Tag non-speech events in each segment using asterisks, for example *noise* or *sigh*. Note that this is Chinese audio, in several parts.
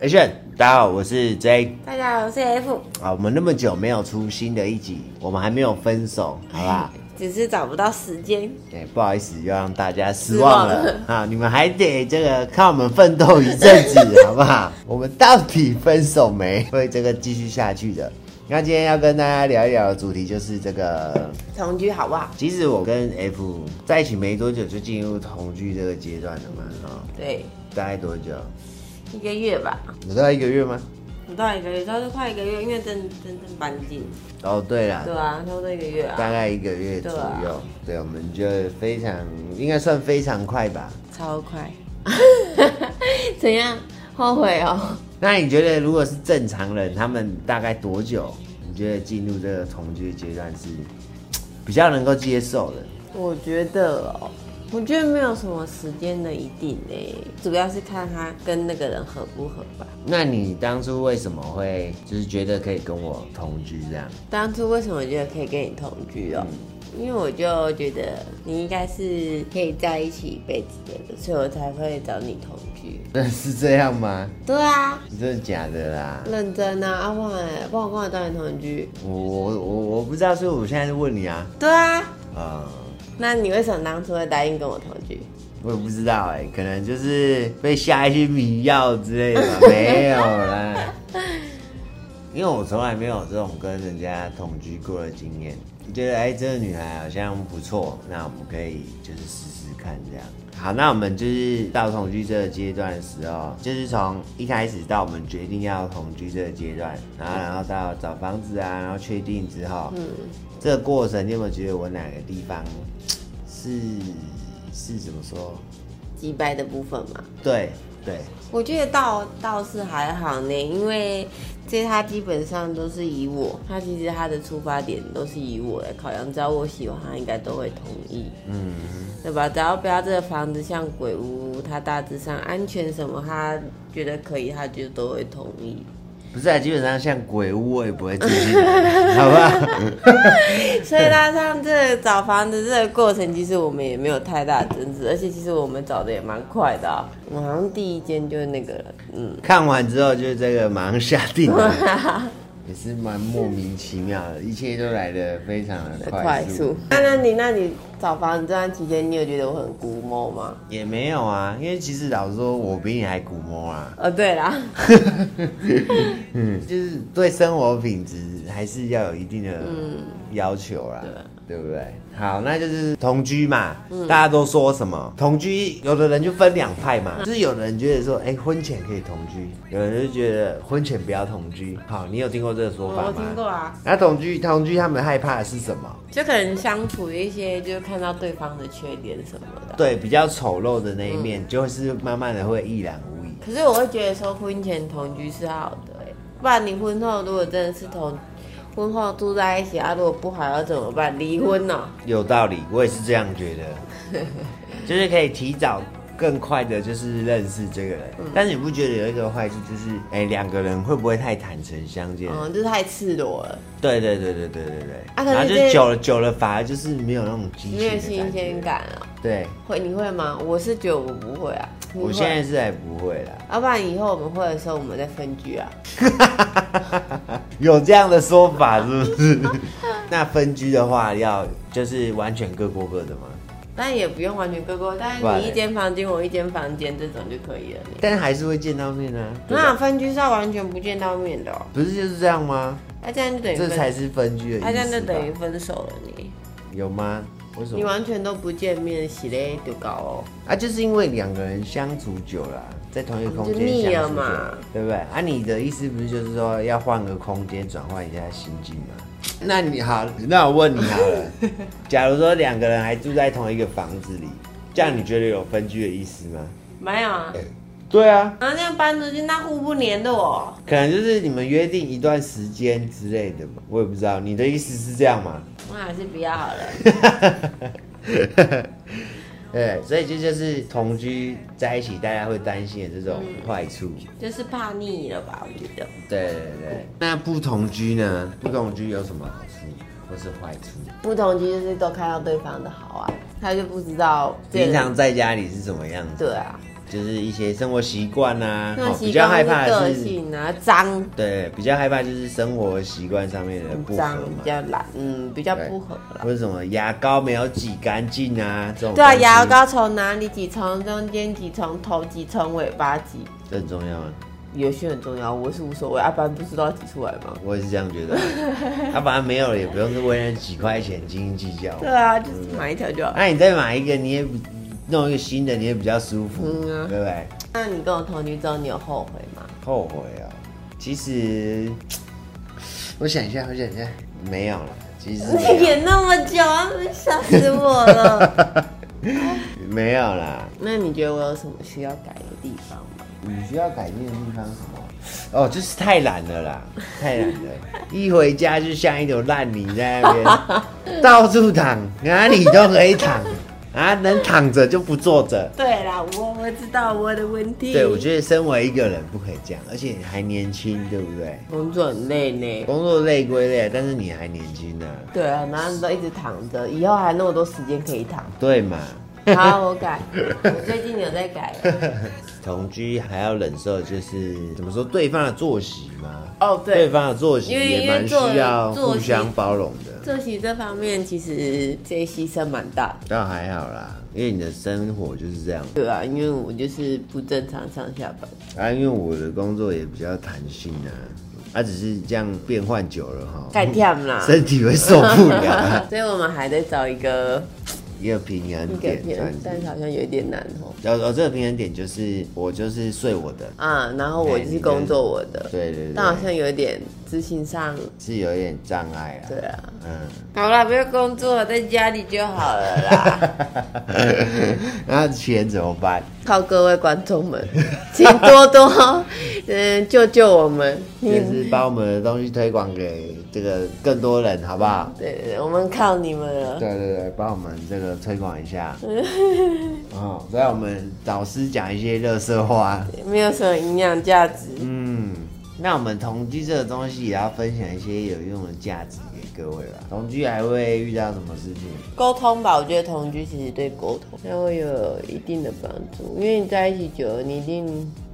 Action，大家好，我是 J。大家好，我是 F，啊，我们那么久没有出新的一集，我们还没有分手，好 *laughs* 吧？只是找不到时间。哎、不好意思，又让大家失望了失望 *laughs* 啊！你们还得这个看我们奋斗一阵子，好不 *laughs* 好？我们到底分手没？会这个继续下去的。那今天要跟大家聊一聊的主题就是这个同居好不好？其实我跟 F 在一起没多久就进入同居这个阶段了嘛，啊、对，大概多久？一个月吧，有到一个月吗？不到一个月，到是快一个月，因为真真正搬进，哦，对啦，对啊，差不多一个月啊，大概一个月左对右。对，啊我们就非常应该算非常快吧。超 *laughs* 快。怎样？后悔哦？那你觉得如果是正常人，他们大概多久？你觉得进入这个同居阶段是比较能够接受的？我觉得哦，我觉得没有什么时间的一定欸诶，主要是看他跟那个人合不合吧。那你当初为什么会就是觉得可以跟我同居这样？当初为什么我觉得可以跟你同居哦？因为我就觉得你应该是可以在一起一辈子的，所以我才会找你同居。真的 *laughs* 是这样吗？对啊，真的假的啦？认真啊，阿旺哎，帮我跟我找你同居。我我我我不知道，所以我现在是问你啊，对啊，啊、那你为什么当初会答应跟我同居？我也不知道哎、可能就是被下一些迷药之类的吧，没有啦。因为我从来没有这种跟人家同居过的经验，我觉得哎、这个女孩好像不错，那我们可以就是试试看这样。好，那我们就是到同居这个阶段的时候，就是从一开始到我们决定要同居这个阶段，然后然后到找房子啊，然后确定之后，嗯，这个过程你有没有觉得我哪个地方是是怎么说？击败的部分嘛，对对，我觉得倒倒是还好呢，因为这他基本上都是以我，他其实他的出发点都是以我来考量，只要我喜欢，他应该都会同意，嗯，对吧？只要不要这个房子像鬼屋，他大致上安全什么，他觉得可以，他就都会同 *laughs* 意。不是啊，基本上像鬼屋我也不会住进来， *laughs* 好吧？ *laughs* 所以拉上这个找房子这个过程，其实我们也没有太大的争执，而且其实我们找的也蛮快的啊。我们好像第一间就是那个了， *laughs* 嗯，看完之后就这个马上下定 *laughs* 了，也是蛮莫名其妙的，一切都来得非常的快快速。速。那那你那你找房子这段期间，你有觉得我很古某吗？也没有啊，因为其实老实说，我比你还古摸啊，哦，对啦，嗯，就是对生活品质还是要有一定的嗯要求啦，对不对？好，那就是同居嘛，嗯大家都说什么同居，有的人就分两派嘛，就是有的人觉得说，哎、婚前可以同居，有人就觉得婚前不要同居。好，你有听过这个说法我吗？听过啊，那同居同居，他们害怕的是什么？就可能相处一些，就看到对方的缺点什么的。对，比较丑陋的那一面，嗯就是慢慢的会一览无遗。可是我会觉得说婚前同居是好的、欸，不然你婚后如果真的是同婚后住在一起啊，如果不好要怎么办？离婚哦呢、有道理，我也是这样觉得， *laughs* 就是可以提早更快的，就是认识这个人。嗯但是你不觉得有一个坏处，就是哎，两、个人会不会太坦诚相见？嗯，这太赤裸了，对对对对对对对。啊可是然后就这久了久了，反而就是没有那种激情没的有感新鲜觉。感啊。对，会你会吗？我是觉得我不会啊。你我会啊现在，是还不会啦。要、不然以后我们会的时候，我们再分居啊。有这样的说法是不 *laughs* 是？那分居的话，要就是完全各过各的吗？但也不用完全各过，但不然是嘞你一间房间，我一间房间这种就可以了。但还是会见到面啊。对吧那分居是要完全不见到面的、哦，不是就是这样吗？那、这样就等于这才分，是分居的意思啊那、吧。这样就等于分手了你。有吗？为什你么？完全都不见面，洗嘞就高哦。啊，就是因为两个人相处久了啊、在同一个空哦就腻间相了处久嘛了，对不对？啊，你的意思不是就是说要换个空间，转换一下心境吗？那你好，那我问你好 *laughs* 了，假如说两个人还住在同一个房子里，这样你觉得有分居的意思吗？没有啊，对啊，然后这样搬出去，那互不粘的哦。可能就是你们约定一段时间之类的嘛，我也不知道。你的意思是这样吗？那还是比较好了。 *laughs* 对，所以这就是同居在一起大家会担心的这种嗯坏处。就是怕腻了吧？我觉得对对对，那不同居呢？不同居有什么好处或是坏处？不同居就是都看到对方的好啊，他就不知道这个平常在家里是什么样子？对啊，就是一些生活习惯啊，那哦比习较害惯怕的个是，性啊，脏对，比较害怕就是生活习惯上面的不合脏嘛比，较懒，嗯，比较对不合啦。或者什么牙膏没有挤干净啊，这种对啊，东西牙膏从哪里挤？从中间挤，从头挤，从尾巴挤，这很重要啊，有些很重要，我是无所谓，阿班不知道挤出来吗？我也是这样觉得 *laughs* 啊。他反正没有了，也不用是为了几块钱斤斤计较嘛。对啊，嗯就是买一条就好。那你再买一个，你也比弄一个新的，你也比较舒服，嗯啊对不对？那你跟我同居之后，你有后悔吗？后悔啊、其实我想一下，我想一下，没有了，其 *laughs* 实没有演那么久，吓死我 *laughs* 了。没有啦。那你觉得我有什么需要改的地方吗？你需要改进的地方是什么？哦，就是太懒了啦，太懒了，一回家就像一坨烂泥在那 *laughs* 边到处躺，哪里都可以躺啊，能躺着就不坐着。对啦，我我知道我的问题对，我觉得身为一个人不可以这样，而且你还年轻，对不对？工作很累呢。工作累归累，但是你还年轻呢、对啊，然后你都一直躺着，以后还那么多时间可以躺。对 *laughs* 嘛？好，我改，我最近有在改了。同居还要忍受，就是怎么说对方的作息吗？哦，对方的作息因为也蛮需要因为作互相包容的，作息这方面其实这牺牲蛮大的，倒还好啦，因为你的生活就是这样对啊，因为我就是不正常上下班，啊。因为我的工作也比较弹性啊，啊，只是这样变换久了哈，太忝 *laughs* 啦，身体会受不了 *laughs* 啊、所以我们还在找一个一个平衡一个点这样点，但子是。好像有一点难哦。然后哦，这个平衡点就是我就是睡我的，啊，然后哎我就是工作我的，对对但好对，像有一点执行上，是有一点障碍啊。对啊。嗯。 *laughs* 好啦，不要工作，在家里就好了啦。那钱怎么办？ *laughs* 靠各位观众们， *laughs* 请多多嗯救救我们。就你是把我们的东西推广给这个更多人，好不好？对对对，我们靠你们了。对对对，帮我们这个推广一下。 *laughs* 哦，不然我们老师讲一些乐色话。没有什么营养价值。嗯，那我们同居这个东西也要分享一些有用的价值给各位吧。同居还会遇到什么事情？沟通吧，我觉得同居其实对沟通它会有一定的帮助，因为你在一起久了，你一定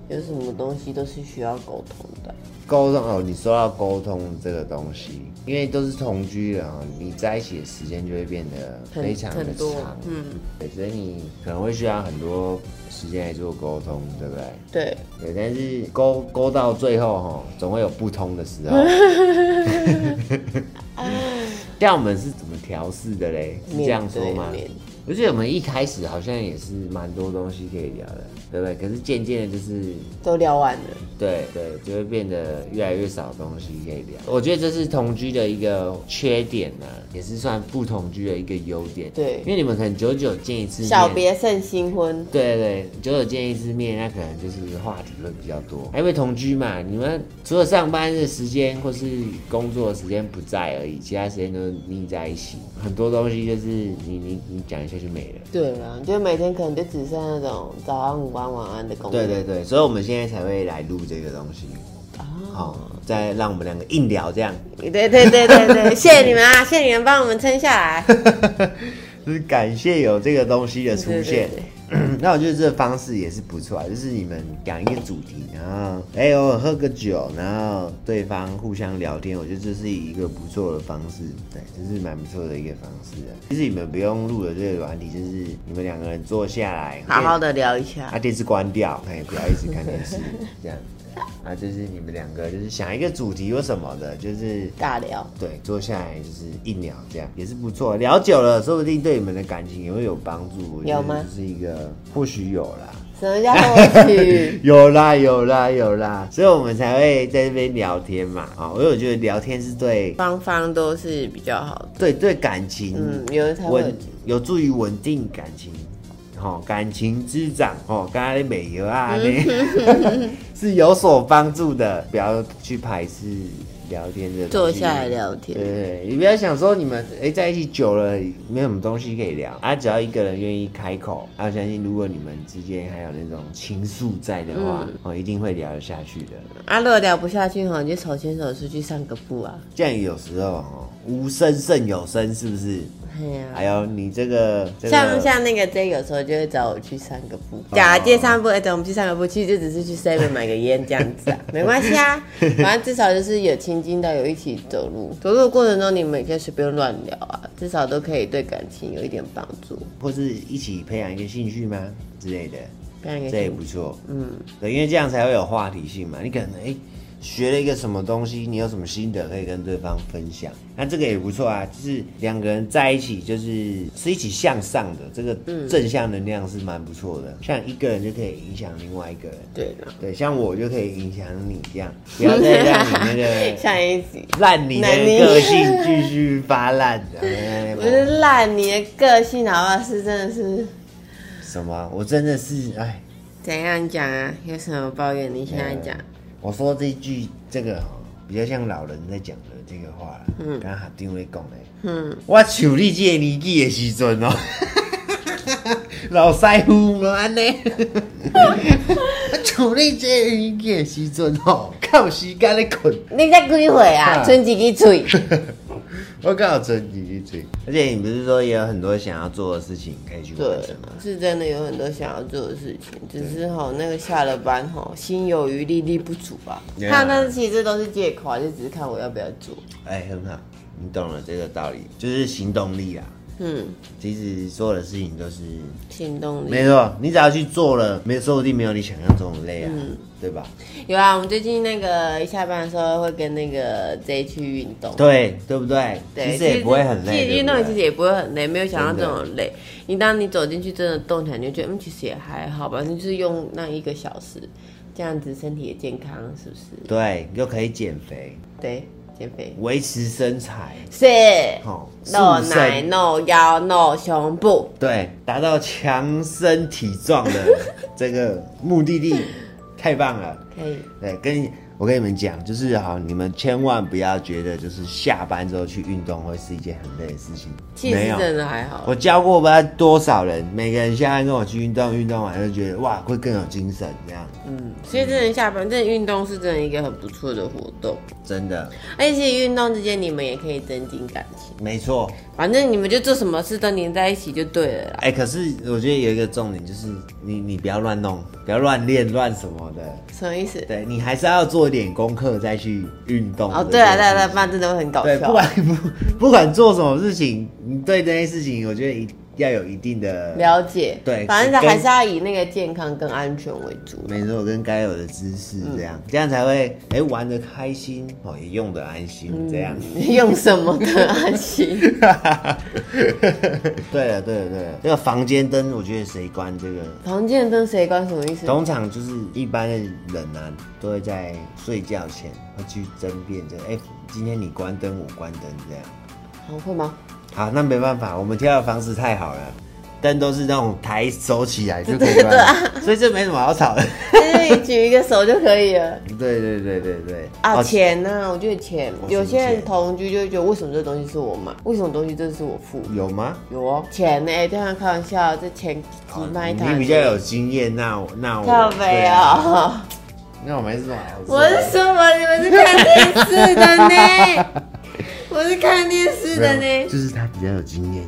有什么东西都是需要沟通的。沟通哦，你说到沟通这个东西，因为都是同居人啊，你在一起的时间就会变得很非常的很多长，嗯，对，所以你可能会需要很多时间来做沟通，对不对？对，对，但是沟沟到最后哈，总会有不通的时 *laughs* 候。像我们是怎么调试的嘞？是这样说吗面对？面而且我们一开始好像也是蛮多东西可以聊的，对不对？可是渐渐的，就是都聊完了，对对，就会变得越来越少东西可以聊。我觉得这是同居的一个缺点呢、也是算不同居的一个优点。对因为你们可能久久见一次面，小别胜新婚。对对，久久见一次面，那可能就是话题会比较多。因为同居嘛，你们除了上班的时间或是工作的时间不在而已，其他时间都腻在一起。很多东西就是你你你讲一下就没了。对啊，就每天可能就只剩那种早安、午安、晚安的工作。对对对，所以我们现在才会来录这个东西，好、再让我们两个硬聊这样，对对对对 *laughs* 对，谢谢你们啊，谢谢你们帮我们撑下来。 *laughs* 就是感谢有这个东西的出现。对 *clears throat* 那我觉得这个方式也是不错啊，就是你们讲一个主题，然后哎、偶尔喝个酒，然后对方互相聊天，我觉得这是一个不错的方式，对，这是蛮不错的一个方式啊。其实你们不用录的这个软体，就是你们两个人坐下来， *laughs* 好好的，的聊一下把、。电视关掉，哎、不要一直看电视，这样。啊，就是你们两个就是想一个主题或什么的，就是大聊，对，坐下来就是一聊，这样也是不错。聊久了，说不定对你们的感情也会有帮助。我觉得有吗这是一个或许有啦， *laughs* 什么叫获取？有啦，有啦，有啦，所以我们才会在这边聊天嘛。啊、因为我觉得聊天是对双方都是比较好的。对对感情嗯，有人才会稳、有助于稳定感情。哦，感情滋长哦，刚才美游啊，嗯呢 *laughs* 是有所帮助的。不要去排斥聊天 *laughs* 的东西，坐下来聊天。对，你不要想说你们哎、在一起久了没有什么东西可以聊啊，只要一个人愿意开口，啊，我相信如果你们之间还有那种情愫在的话，嗯哦，一定会聊得下去的。啊，如果聊不下去哈，你就手牵手出去散个步啊。这样有时候哦，无声胜有声，是不是？哎呀、还有你这个，这个、像像那个 J 有时候就会找我去散个步，哦假借散步，哎、等我们去散个步，其实就只是去 Seven 买个烟这样 *laughs* 子啊，没关系啊，反正至少就是有亲近到有一起走路，走路的过程中你们也可以随便乱聊啊，至少都可以对感情有一点帮助。或是一起培养一个兴趣吗之类的，这样也这也行不错。嗯，对，因为这样才会有话题性嘛。你可能哎、诶学了一个什么东西，你有什么心得可以跟对方分享，那这个也不错啊。就是两个人在一起，就是是一起向上的，这个嗯正向能量是蛮不错的。像一个人就可以影响另外一个人。对的，对，像我就可以影响你这样， *laughs* 不要再让你那个哦下一集。烂泥的烂泥个性继续发烂的。哎 *laughs* 不是烂，你的个性好不好？是真的是什么？啊我真的是哎，怎样讲啊？有什么抱怨？你现在讲。我说这句这个、哦、比较像老人在讲的这个话啦。嗯，刚刚定位讲的。嗯，我像你这个年纪的时阵哦， *laughs* 老师傅嘛安尼， *laughs* 我像你这个年纪的时阵哦，较有时间咧困。你才几岁啊？啊剩几支嘴？我刚好整你一嘴，而且你不是说也有很多想要做的事情可以去对完成吗？，是真的有很多想要做的事情，只是吼那个下了班吼心有余力力不足啊。 Yeah 看，但是其实这都是借口啊，就只是看我要不要做。哎、很好，你懂了这个道理，就是行动力啦。嗯，其实所有的事情都是行动力没错，你只要去做了，没说不定没有你想象中的累啊，嗯对吧？有啊。我们最近那个一下班的时候会跟那个 J 去运动。对，对不对？对，其实也不会很其累，实对运动不其对实也不会很累，没有想到真这的种累。你当你走进去真的动起来，你就觉得嗯，其实也还好吧，你就是用那一个小时，这样子身体也健康，是不是？对，又可以减肥，对，减肥维持身材，是哦，露塑奶、身，露腰、露胸部，对，达到强身体壮的这个目的地，太棒了。可以。对，跟你我跟你们讲，就是哈，你们千万不要觉得就是下班之后去运动会是一件很累的事情。其实没有，真的还好，我教过不知道多少人，每个人下班跟我去运动，运动完就觉得哇，会更有精神这样。所以真的下班，真的运动是真的一个很不错的活动，真的，而且其实运动之间你们也可以增进感情，没错。反正你们就做什么事都黏在一起就对了啦。哎、可是我觉得有一个重点就是，你你不要乱弄，不要乱练乱什么的。什么意思？对你还是要做一点功课再去运动。哦，对啊，对啊，对啊，不然真的会很搞对，笑。不管不不管做什么事情，你对这件事情，我觉得一要有一定的了解，对反正跟还是要以那个健康跟安全为主。没错，跟该有的知识嗯这样，这样才会哎、玩的开心哦，也用的安心、嗯这样。用什么的安心？ *laughs* 对了对了对了，这个房间灯，我觉得谁关这个？ *laughs* 房间灯谁关？什么意思？通常就是一般的人啊，都会在睡觉前会去争辩这个，哎、今天你关灯，我关灯这样。好会吗？ *laughs* 好，那没办法，我们挑的房子太好了，灯都是那种抬手起来就可以对关，对啊 *laughs* 所以这没什么好吵的。 *laughs* 就是你哎举一个手就可以了。对对对对对，啊，哦钱呢、我觉得钱，我有些什么人钱同居就会觉得，为什么这东西是我买？为什么东西这是我付？有吗？有哦，钱呢、欸？对方开玩笑，这钱几卖你他？比较有经验，那我那我靠对啊背哦。 *laughs* 那我们还是买。我是什么？你们是看电视的呢？我是看电视的没有呢，就是他比较有经验，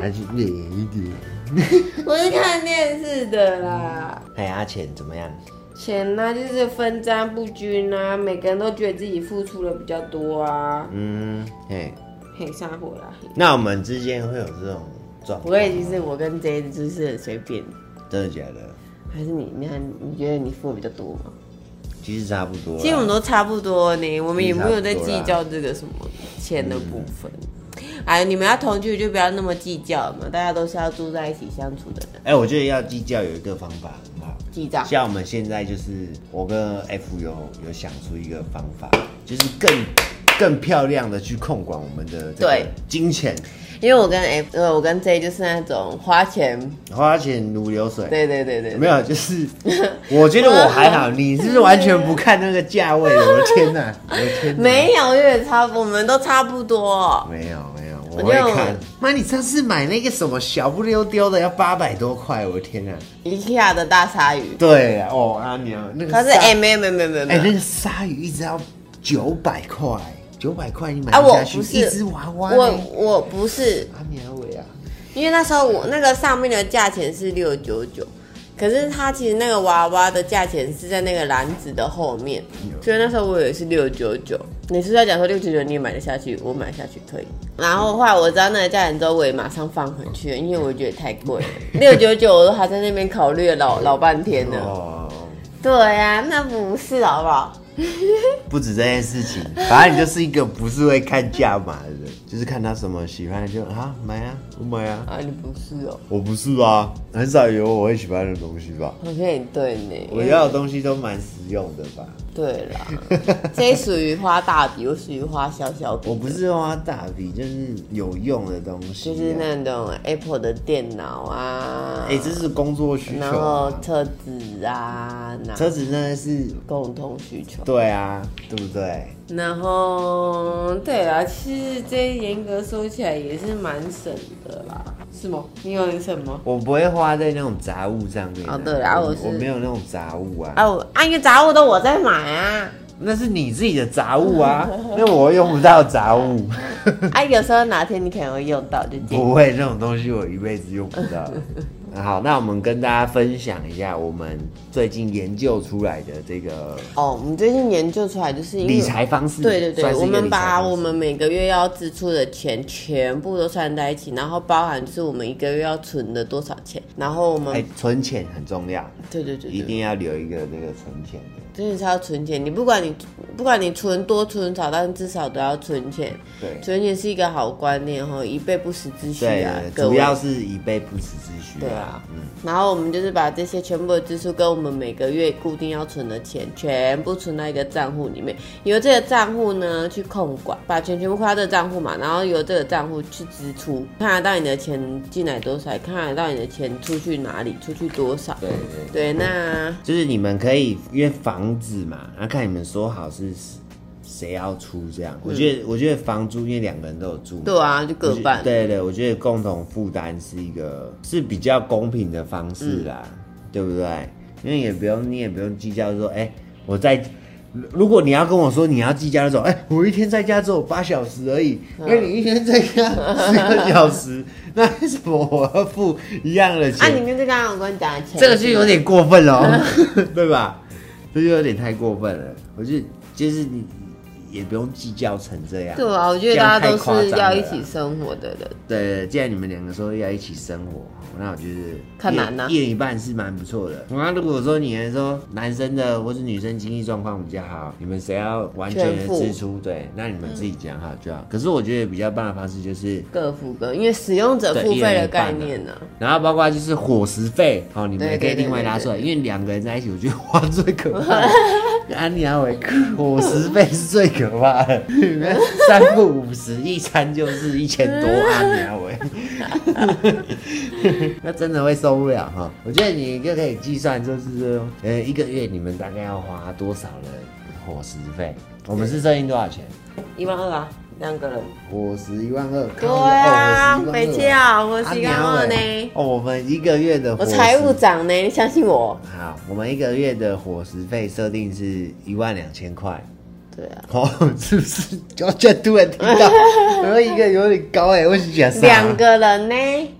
还是脸一点。我是看电视的啦。哎，阿浅怎么样？钱呢、就是分赃不均啊，每个人都觉得自己付出的比较多啊，嗯，哎，很杀火啦。那我们之间会有这种状不况？过其实我跟 J 就是很随便，真的假的？还是你，你看，你觉得你付的比较多吗？其实差不多啦。其实我们都差不多呢，我们也没有在其实计差不多较这个什么钱的部分。哎，你们要同居就不要那么计较嘛，大家都是要住在一起相处的人，哎、我觉得要计较有一个方法很好。记账。像我们现在就是，我跟 F 有有想出一个方法，就是更更漂亮的去控管我们的这对个金钱，因为我跟 F，呃，我跟 J 就是那种花钱，花钱如流水。对对对对， *laughs* 没有，就是 *laughs* 我觉得我还好，你是完全不看那个价位的，我的天哪，我的天哪，没有，因为差不，我们都差不多。没有没有，我我觉得会我看。妈，你上次买那个什么小不溜丢的要八百多块，我的天哪！ IKEA 的大鲨鱼，对哦，阿娘那个可是鲨哎，没有没有没有没有没哎、有，那个鲨鱼一只要九百块，九百块你买啊，不我下去、不是一只娃娃呢、啊我我不是，阿苗伟，因为那时候我那个上面的价钱是六九九，可是它其实那个娃娃的价钱是在那个篮子的后面，嗯所以那时候我以为是六九九。你是在讲说六九九你也买得下去，我买下去可以。然后后来我知道那个价钱之后，我也马上放回去了，因为我觉得太 *laughs* 贵了，六九九我都还在那边考虑了老老半天呢。哦，对呀、那不是好不好？不止这件事情，反正你就是一个不是会看价码的人，就是看他什么喜欢就啊买啊，我买啊。啊，你不是哦，我不是啊，很少有我会喜欢的东西吧。好像也对呢。我要的东西都蛮实用的吧。对啦，这属于花大笔，我属于花小小笔。我不是花大笔，就是有用的东西、啊。就是那种 Apple 的电脑啊，哎、这是工作需求、然后啊。车子啊，然后车子真的是，共同需求。对啊，对不对？然后对啦，其实这严格说起来也是蛮省的啦，是吗？你有很省吗？我不会花在那种杂物上面、哦对啊我我是我没有那种杂物啊，啊，我啊，因为杂物都我在买啊，那是你自己的杂物啊，那我用不到杂物，啊，有时候哪天你可能会用到，就 *laughs* 借不会那种东西我一辈子用不到。 *laughs* 好，那我们跟大家分享一下我们最近研究出来的这个哦，我们最近研究出来，就是因为理财方式，对对算是对，一我个们理财把方式我们每个月要支出的钱全部都算在一起，然后包含是我们一个月要存的多少钱，然后我们、哎、存钱很重要，对对对一对，定要留一个那个存钱的。真的是要存钱。你不管你不管你存多存少，但是至少都要存钱。对存钱是一个好观念哦，以备不时之需对啊，各主位。要是以备不时之需、对啊，然后我们就是把这些全部的支出跟我们每个月固定要存的钱，全部存到一个账户里面，由这个账户呢去控管，把钱全部花到这个账户嘛，然后由这个账户去支出，看得到你的钱进来多少，看得到你的钱出去哪里，出去多少。对对对，对，那就是你们可以因为房子嘛，然后看你们说好是谁要出这样。我觉得，我觉得房租因为两个人都有住嘛，嗯对啊，就各我觉半。对对，我觉得共同负担是一个是比较公平的方嗯式啦，对不对？因为也不用你也不用计较说，哎、我在。如果你要跟我说你要计较那种，哎、我一天在家只有八小时而已，嗯那、你一天在家十个小时，那为什么我要付一样的啊，钱？你跟这刚刚我跟你讲的钱，这个就有点过分了嗯哦， *laughs* 对吧？这就有点太过分了。我就就是你也不用计较成这样。对啊，我觉得这样大家都太夸是张要了一啦起生活的人。对，既然你们两个说要一起生活，那我觉得看男啊一人一半是蛮不错的。那如果说你们说男生的或是女生经济状况比较好，你们谁要完全的全付嗯支出，对，那你们自己讲好就好。可是我觉得比较棒的方式就是。各付各，因为使用者对付一费人的一半概啊念呢、然后包括就是伙食费，哦，你们也可以对对对另外拉出来，因为两个人在一起，我觉得花最可怕 *laughs* 的。安妮阿伟，伙食费是最可怕的，你们三不五十，一餐就是一千多，啊安妮阿伟， *laughs* 那真的会受不了哈。我觉得你就可以计算，就是说，呃，一个月你们大概要花多少的伙食费？我们是设定多少钱？一万二啊，两个人。伙食一万二，对啊，北北京啊，我是干嘛呢？哦，我们一个月的伙我食财务长呢，你相信我？好，我们一个月的伙食费设定是一万两千块。对啊， *laughs* 哦，是不是？我这突然听 *laughs* 到，我说一个有点高哎、我是讲啥？两个人呢，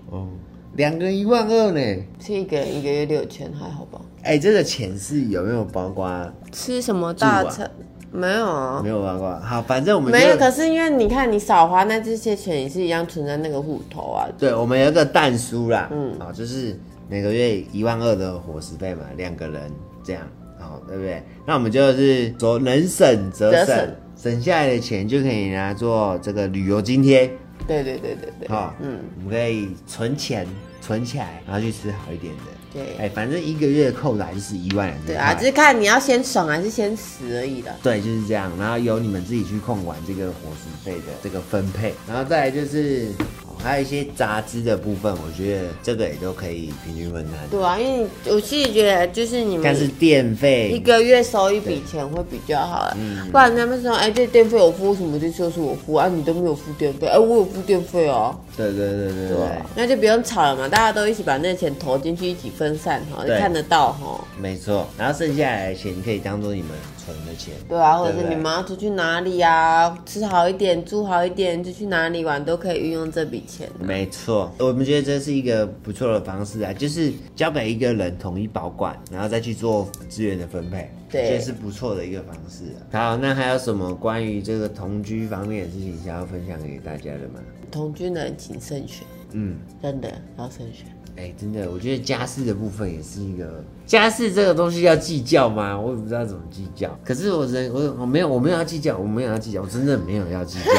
哦，两个一万二呢。是一个人一个月六千，还好吧？哎、这个钱是有没有包括？吃什么大大餐餐？没有啊没，有包括。好，反正我们就没有。可是因为你看，你少花那这些钱，也是一样存在那个户头啊。对，我们有一个蛋叔啦，嗯，好、就是每个月一万二的伙食费嘛，两个人这样，好、对不对？那我们就是说能省则则省，省省下来的钱就可以拿做这个旅游津贴，对对对对对，哈、嗯嗯，，我们可以存钱存起来，然后去吃好一点的。对哎，反正一个月扣来就是一万两对千啊，块。只是看你要先爽还是先死而已的。对，就是这样。然后由你们自己去控管这个伙食费的这个分配，然后再来就是、哦还有一些杂支的部分，我觉得这个也都可以平均分摊。对啊，因为我其实觉得就是你但们是电一费，个月收一笔钱会比较好啦，不然他们说，哎、这电费我付，为什么这就是我付啊？你都没有付电费，哎、我有付电费哦，对对对对对，那就不用吵了嘛，大家都一起把那个钱投进去，一起分散哈，对看得到哈。没错。然后剩下来的钱可以当做你们存的钱，对啊，或者对不是你对们要出去哪里啊，吃好一点，住好一点，就去哪里玩都可以运用这笔钱。没错，我们觉得这是一个不错的方式啊，就是交给一个人统一保管，然后再去做资源的分配，对这是不错的一个方式、啊。好，那还有什么关于这个同居方面的事情想要分享给大家的吗？同居的人请慎选，嗯，真的要慎选。哎、真的，我觉得家事的部分也是一个家事这个东西要计较吗？我也不知道怎么计较。可是我人我我没有我没有要计较，我没有要计较，我真的没有要计较。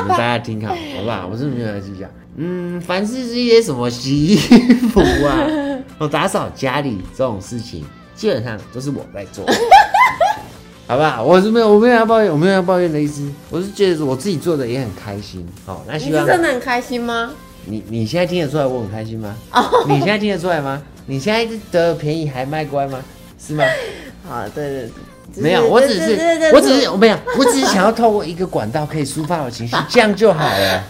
你们大家听好，好不好？我真的没有要计较。嗯，凡事是一些什么洗衣服啊，我打扫家里这种事情，基本上都是我在做。好不好？我是没有，我没有要抱怨，我没有要抱怨的意思。我是觉得我自己做的也很开心。好、那你希是望真的很开心吗？你你现在听得出来我很开心吗？你现在听得出来吗？你现在得便宜还卖乖吗？是 *laughs* 吗？啊好，对对对，就是没有，我只对是对对对我只是我哦没有，我只是想要透过一个管道可以抒发我情 *laughs* 绪，这样就好了。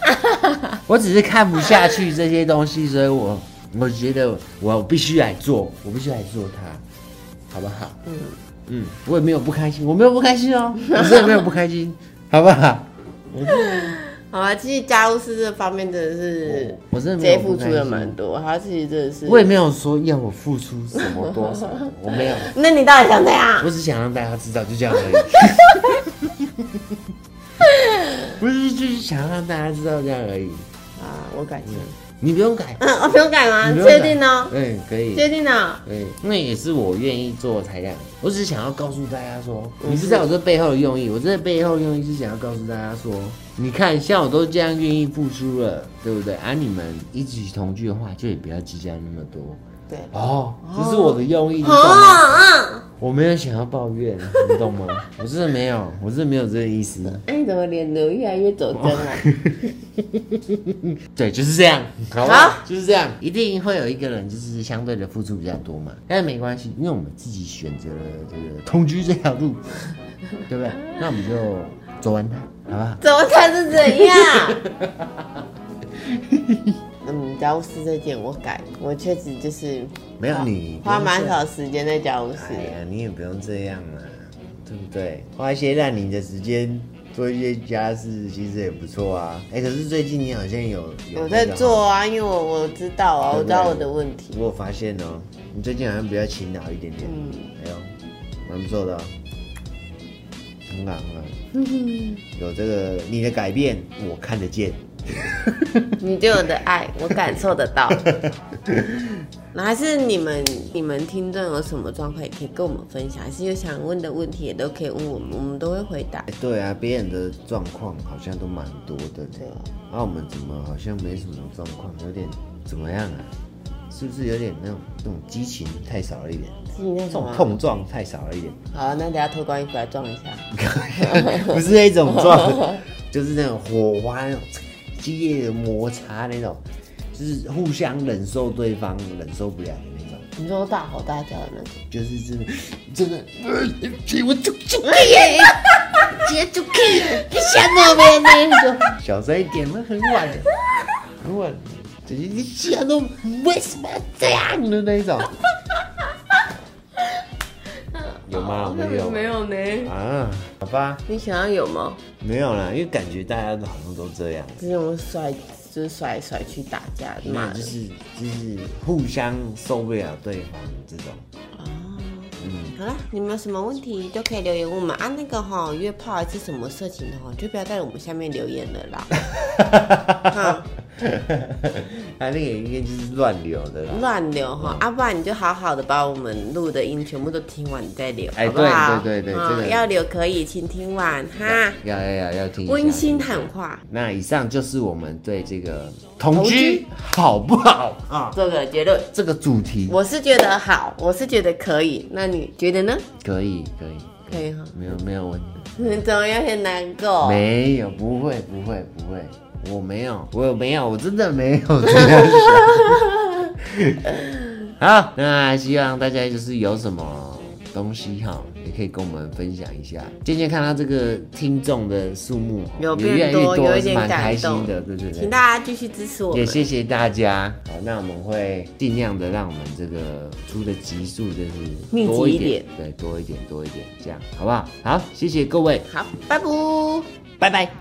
我只是看不下去这些东西，所以我我觉得我必须来做，我必须来做它，好不好？嗯嗯，我也没有不开心，我没有不开心哦，我真的没有不开心，好不 *laughs* 好？好啊。其实家务事这方面真的是我我真的没有姐不付开出心了蛮多，他自己真的是。我也没有说要我付出什么多少，我没有。那你到底想怎样？我只想让大家知道，就这样而已。 *laughs* 不是，就是想让大家知道这样而已。啊，我改进。 *laughs* 你不用改，嗯，我不用改吗？嗯你不用改确定哦，嗯，可以，确定哦。对，那也是我愿意做才这样。我只是想要告诉大家说，你知道我这背后的用意，我这背后的用意是想要告诉大家说，你看，像我都这样愿意付出了，对不对？啊，你们一起同居的话，就也不要计较那么多。对。哦，这是我的用意，嗯你懂吗？哦，嗯，我没有想要抱怨，你懂 *laughs* 吗？我真的没有，我真的没有这个意思。哎，你怎么脸流越来越走针啊了？对，就是这样，好不好？好啊就是这样，一定会有一个人就是相对的付出比较多嘛，但是没关系，因为我们自己选择了这个同居这条 *laughs* 路，对不对？那我们就走完它，好不好？ *laughs* 怎么才是怎 *laughs* 样？嗯，家务事这件我改，我确实就是没有你花不用蛮这样少时间在家务事哎。呀，你也不用这样嘛，对不对？花一些让你的时间做一些家事，其实也不错啊。哎，可是最近你好像有有那在个哈做啊，因为我我知道啊，对不我知对道我的问题。我有发现哦，你最近好像比较勤劳一点点，嗯哎呦，蛮不错的、哦，很好很好，有这个你的改变我看得见，你对我的爱，我感受得 *laughs* 到。那还是你们你们听众有什么状况，也可以跟我们分享，还是有想问的问题，也都可以问我们，我们都会回答。哎对啊，别人的状况好像都蛮多的呢，那、我们怎么好像没什么状况，有点怎么样啊？是不是有点那种那种激情太少了一点，是那这什种么？啊碰撞太少了一点？好，啊那等下脱光衣服来撞一下。 *laughs* 不是那种撞， *laughs* 就是那种火花那种激烈的摩擦那种，就是互相忍受对方忍受不了的那种，你说大吼大叫的那种。 *laughs* 就是真的真的，呃姐我就就可以，姐就可以，你想那边那种，小声一点嘛，很晚了，很晚了，就是你想到为什么要这样的那种，有吗？没有，哦没有呢。啊，好吧。你想要有吗？没有啦，因为感觉大家都好像都这样，这种甩就是甩来甩去打架没有骂就的是就是互相受不了对方这种。啊。嗯好啦，你们有什么问题都可以留言问我们啊。那个哈、约炮还是什么色情的哈、就不要在我们下面留言了 *laughs* 啦。哈啊他那个应该就是乱流的啦。乱留嗯哈、啊，不然你就好好的把我们录的音全部都听完，你再留，哎好不好？对对对对啊这个要留可以，请听完哈。要要要要听一下啊温馨谈。话，那以上就是我们对这个同同居居好不好啊做个结论。这个主题我是觉得好，我是觉得可以，那你觉得呢？可以可以，可以哈。没有没有问题，你 *laughs* 怎么有点难哦过？没有不会不会不会，我没有我有没有我真的没有这样 *laughs* 想。好，那希望大家就是有什么东西哈，也可以跟我们分享一下。渐渐看到这个听众的数目哈有也越来变越多，有一是点蛮感开心动的，对对对请。大家继续支持我也们。谢谢大家。好，那我们会尽量的让我们这个出的集数就是密集多一点点，对，多一点，多一点，这样好不好？好，谢谢各位，好，拜拜。拜拜。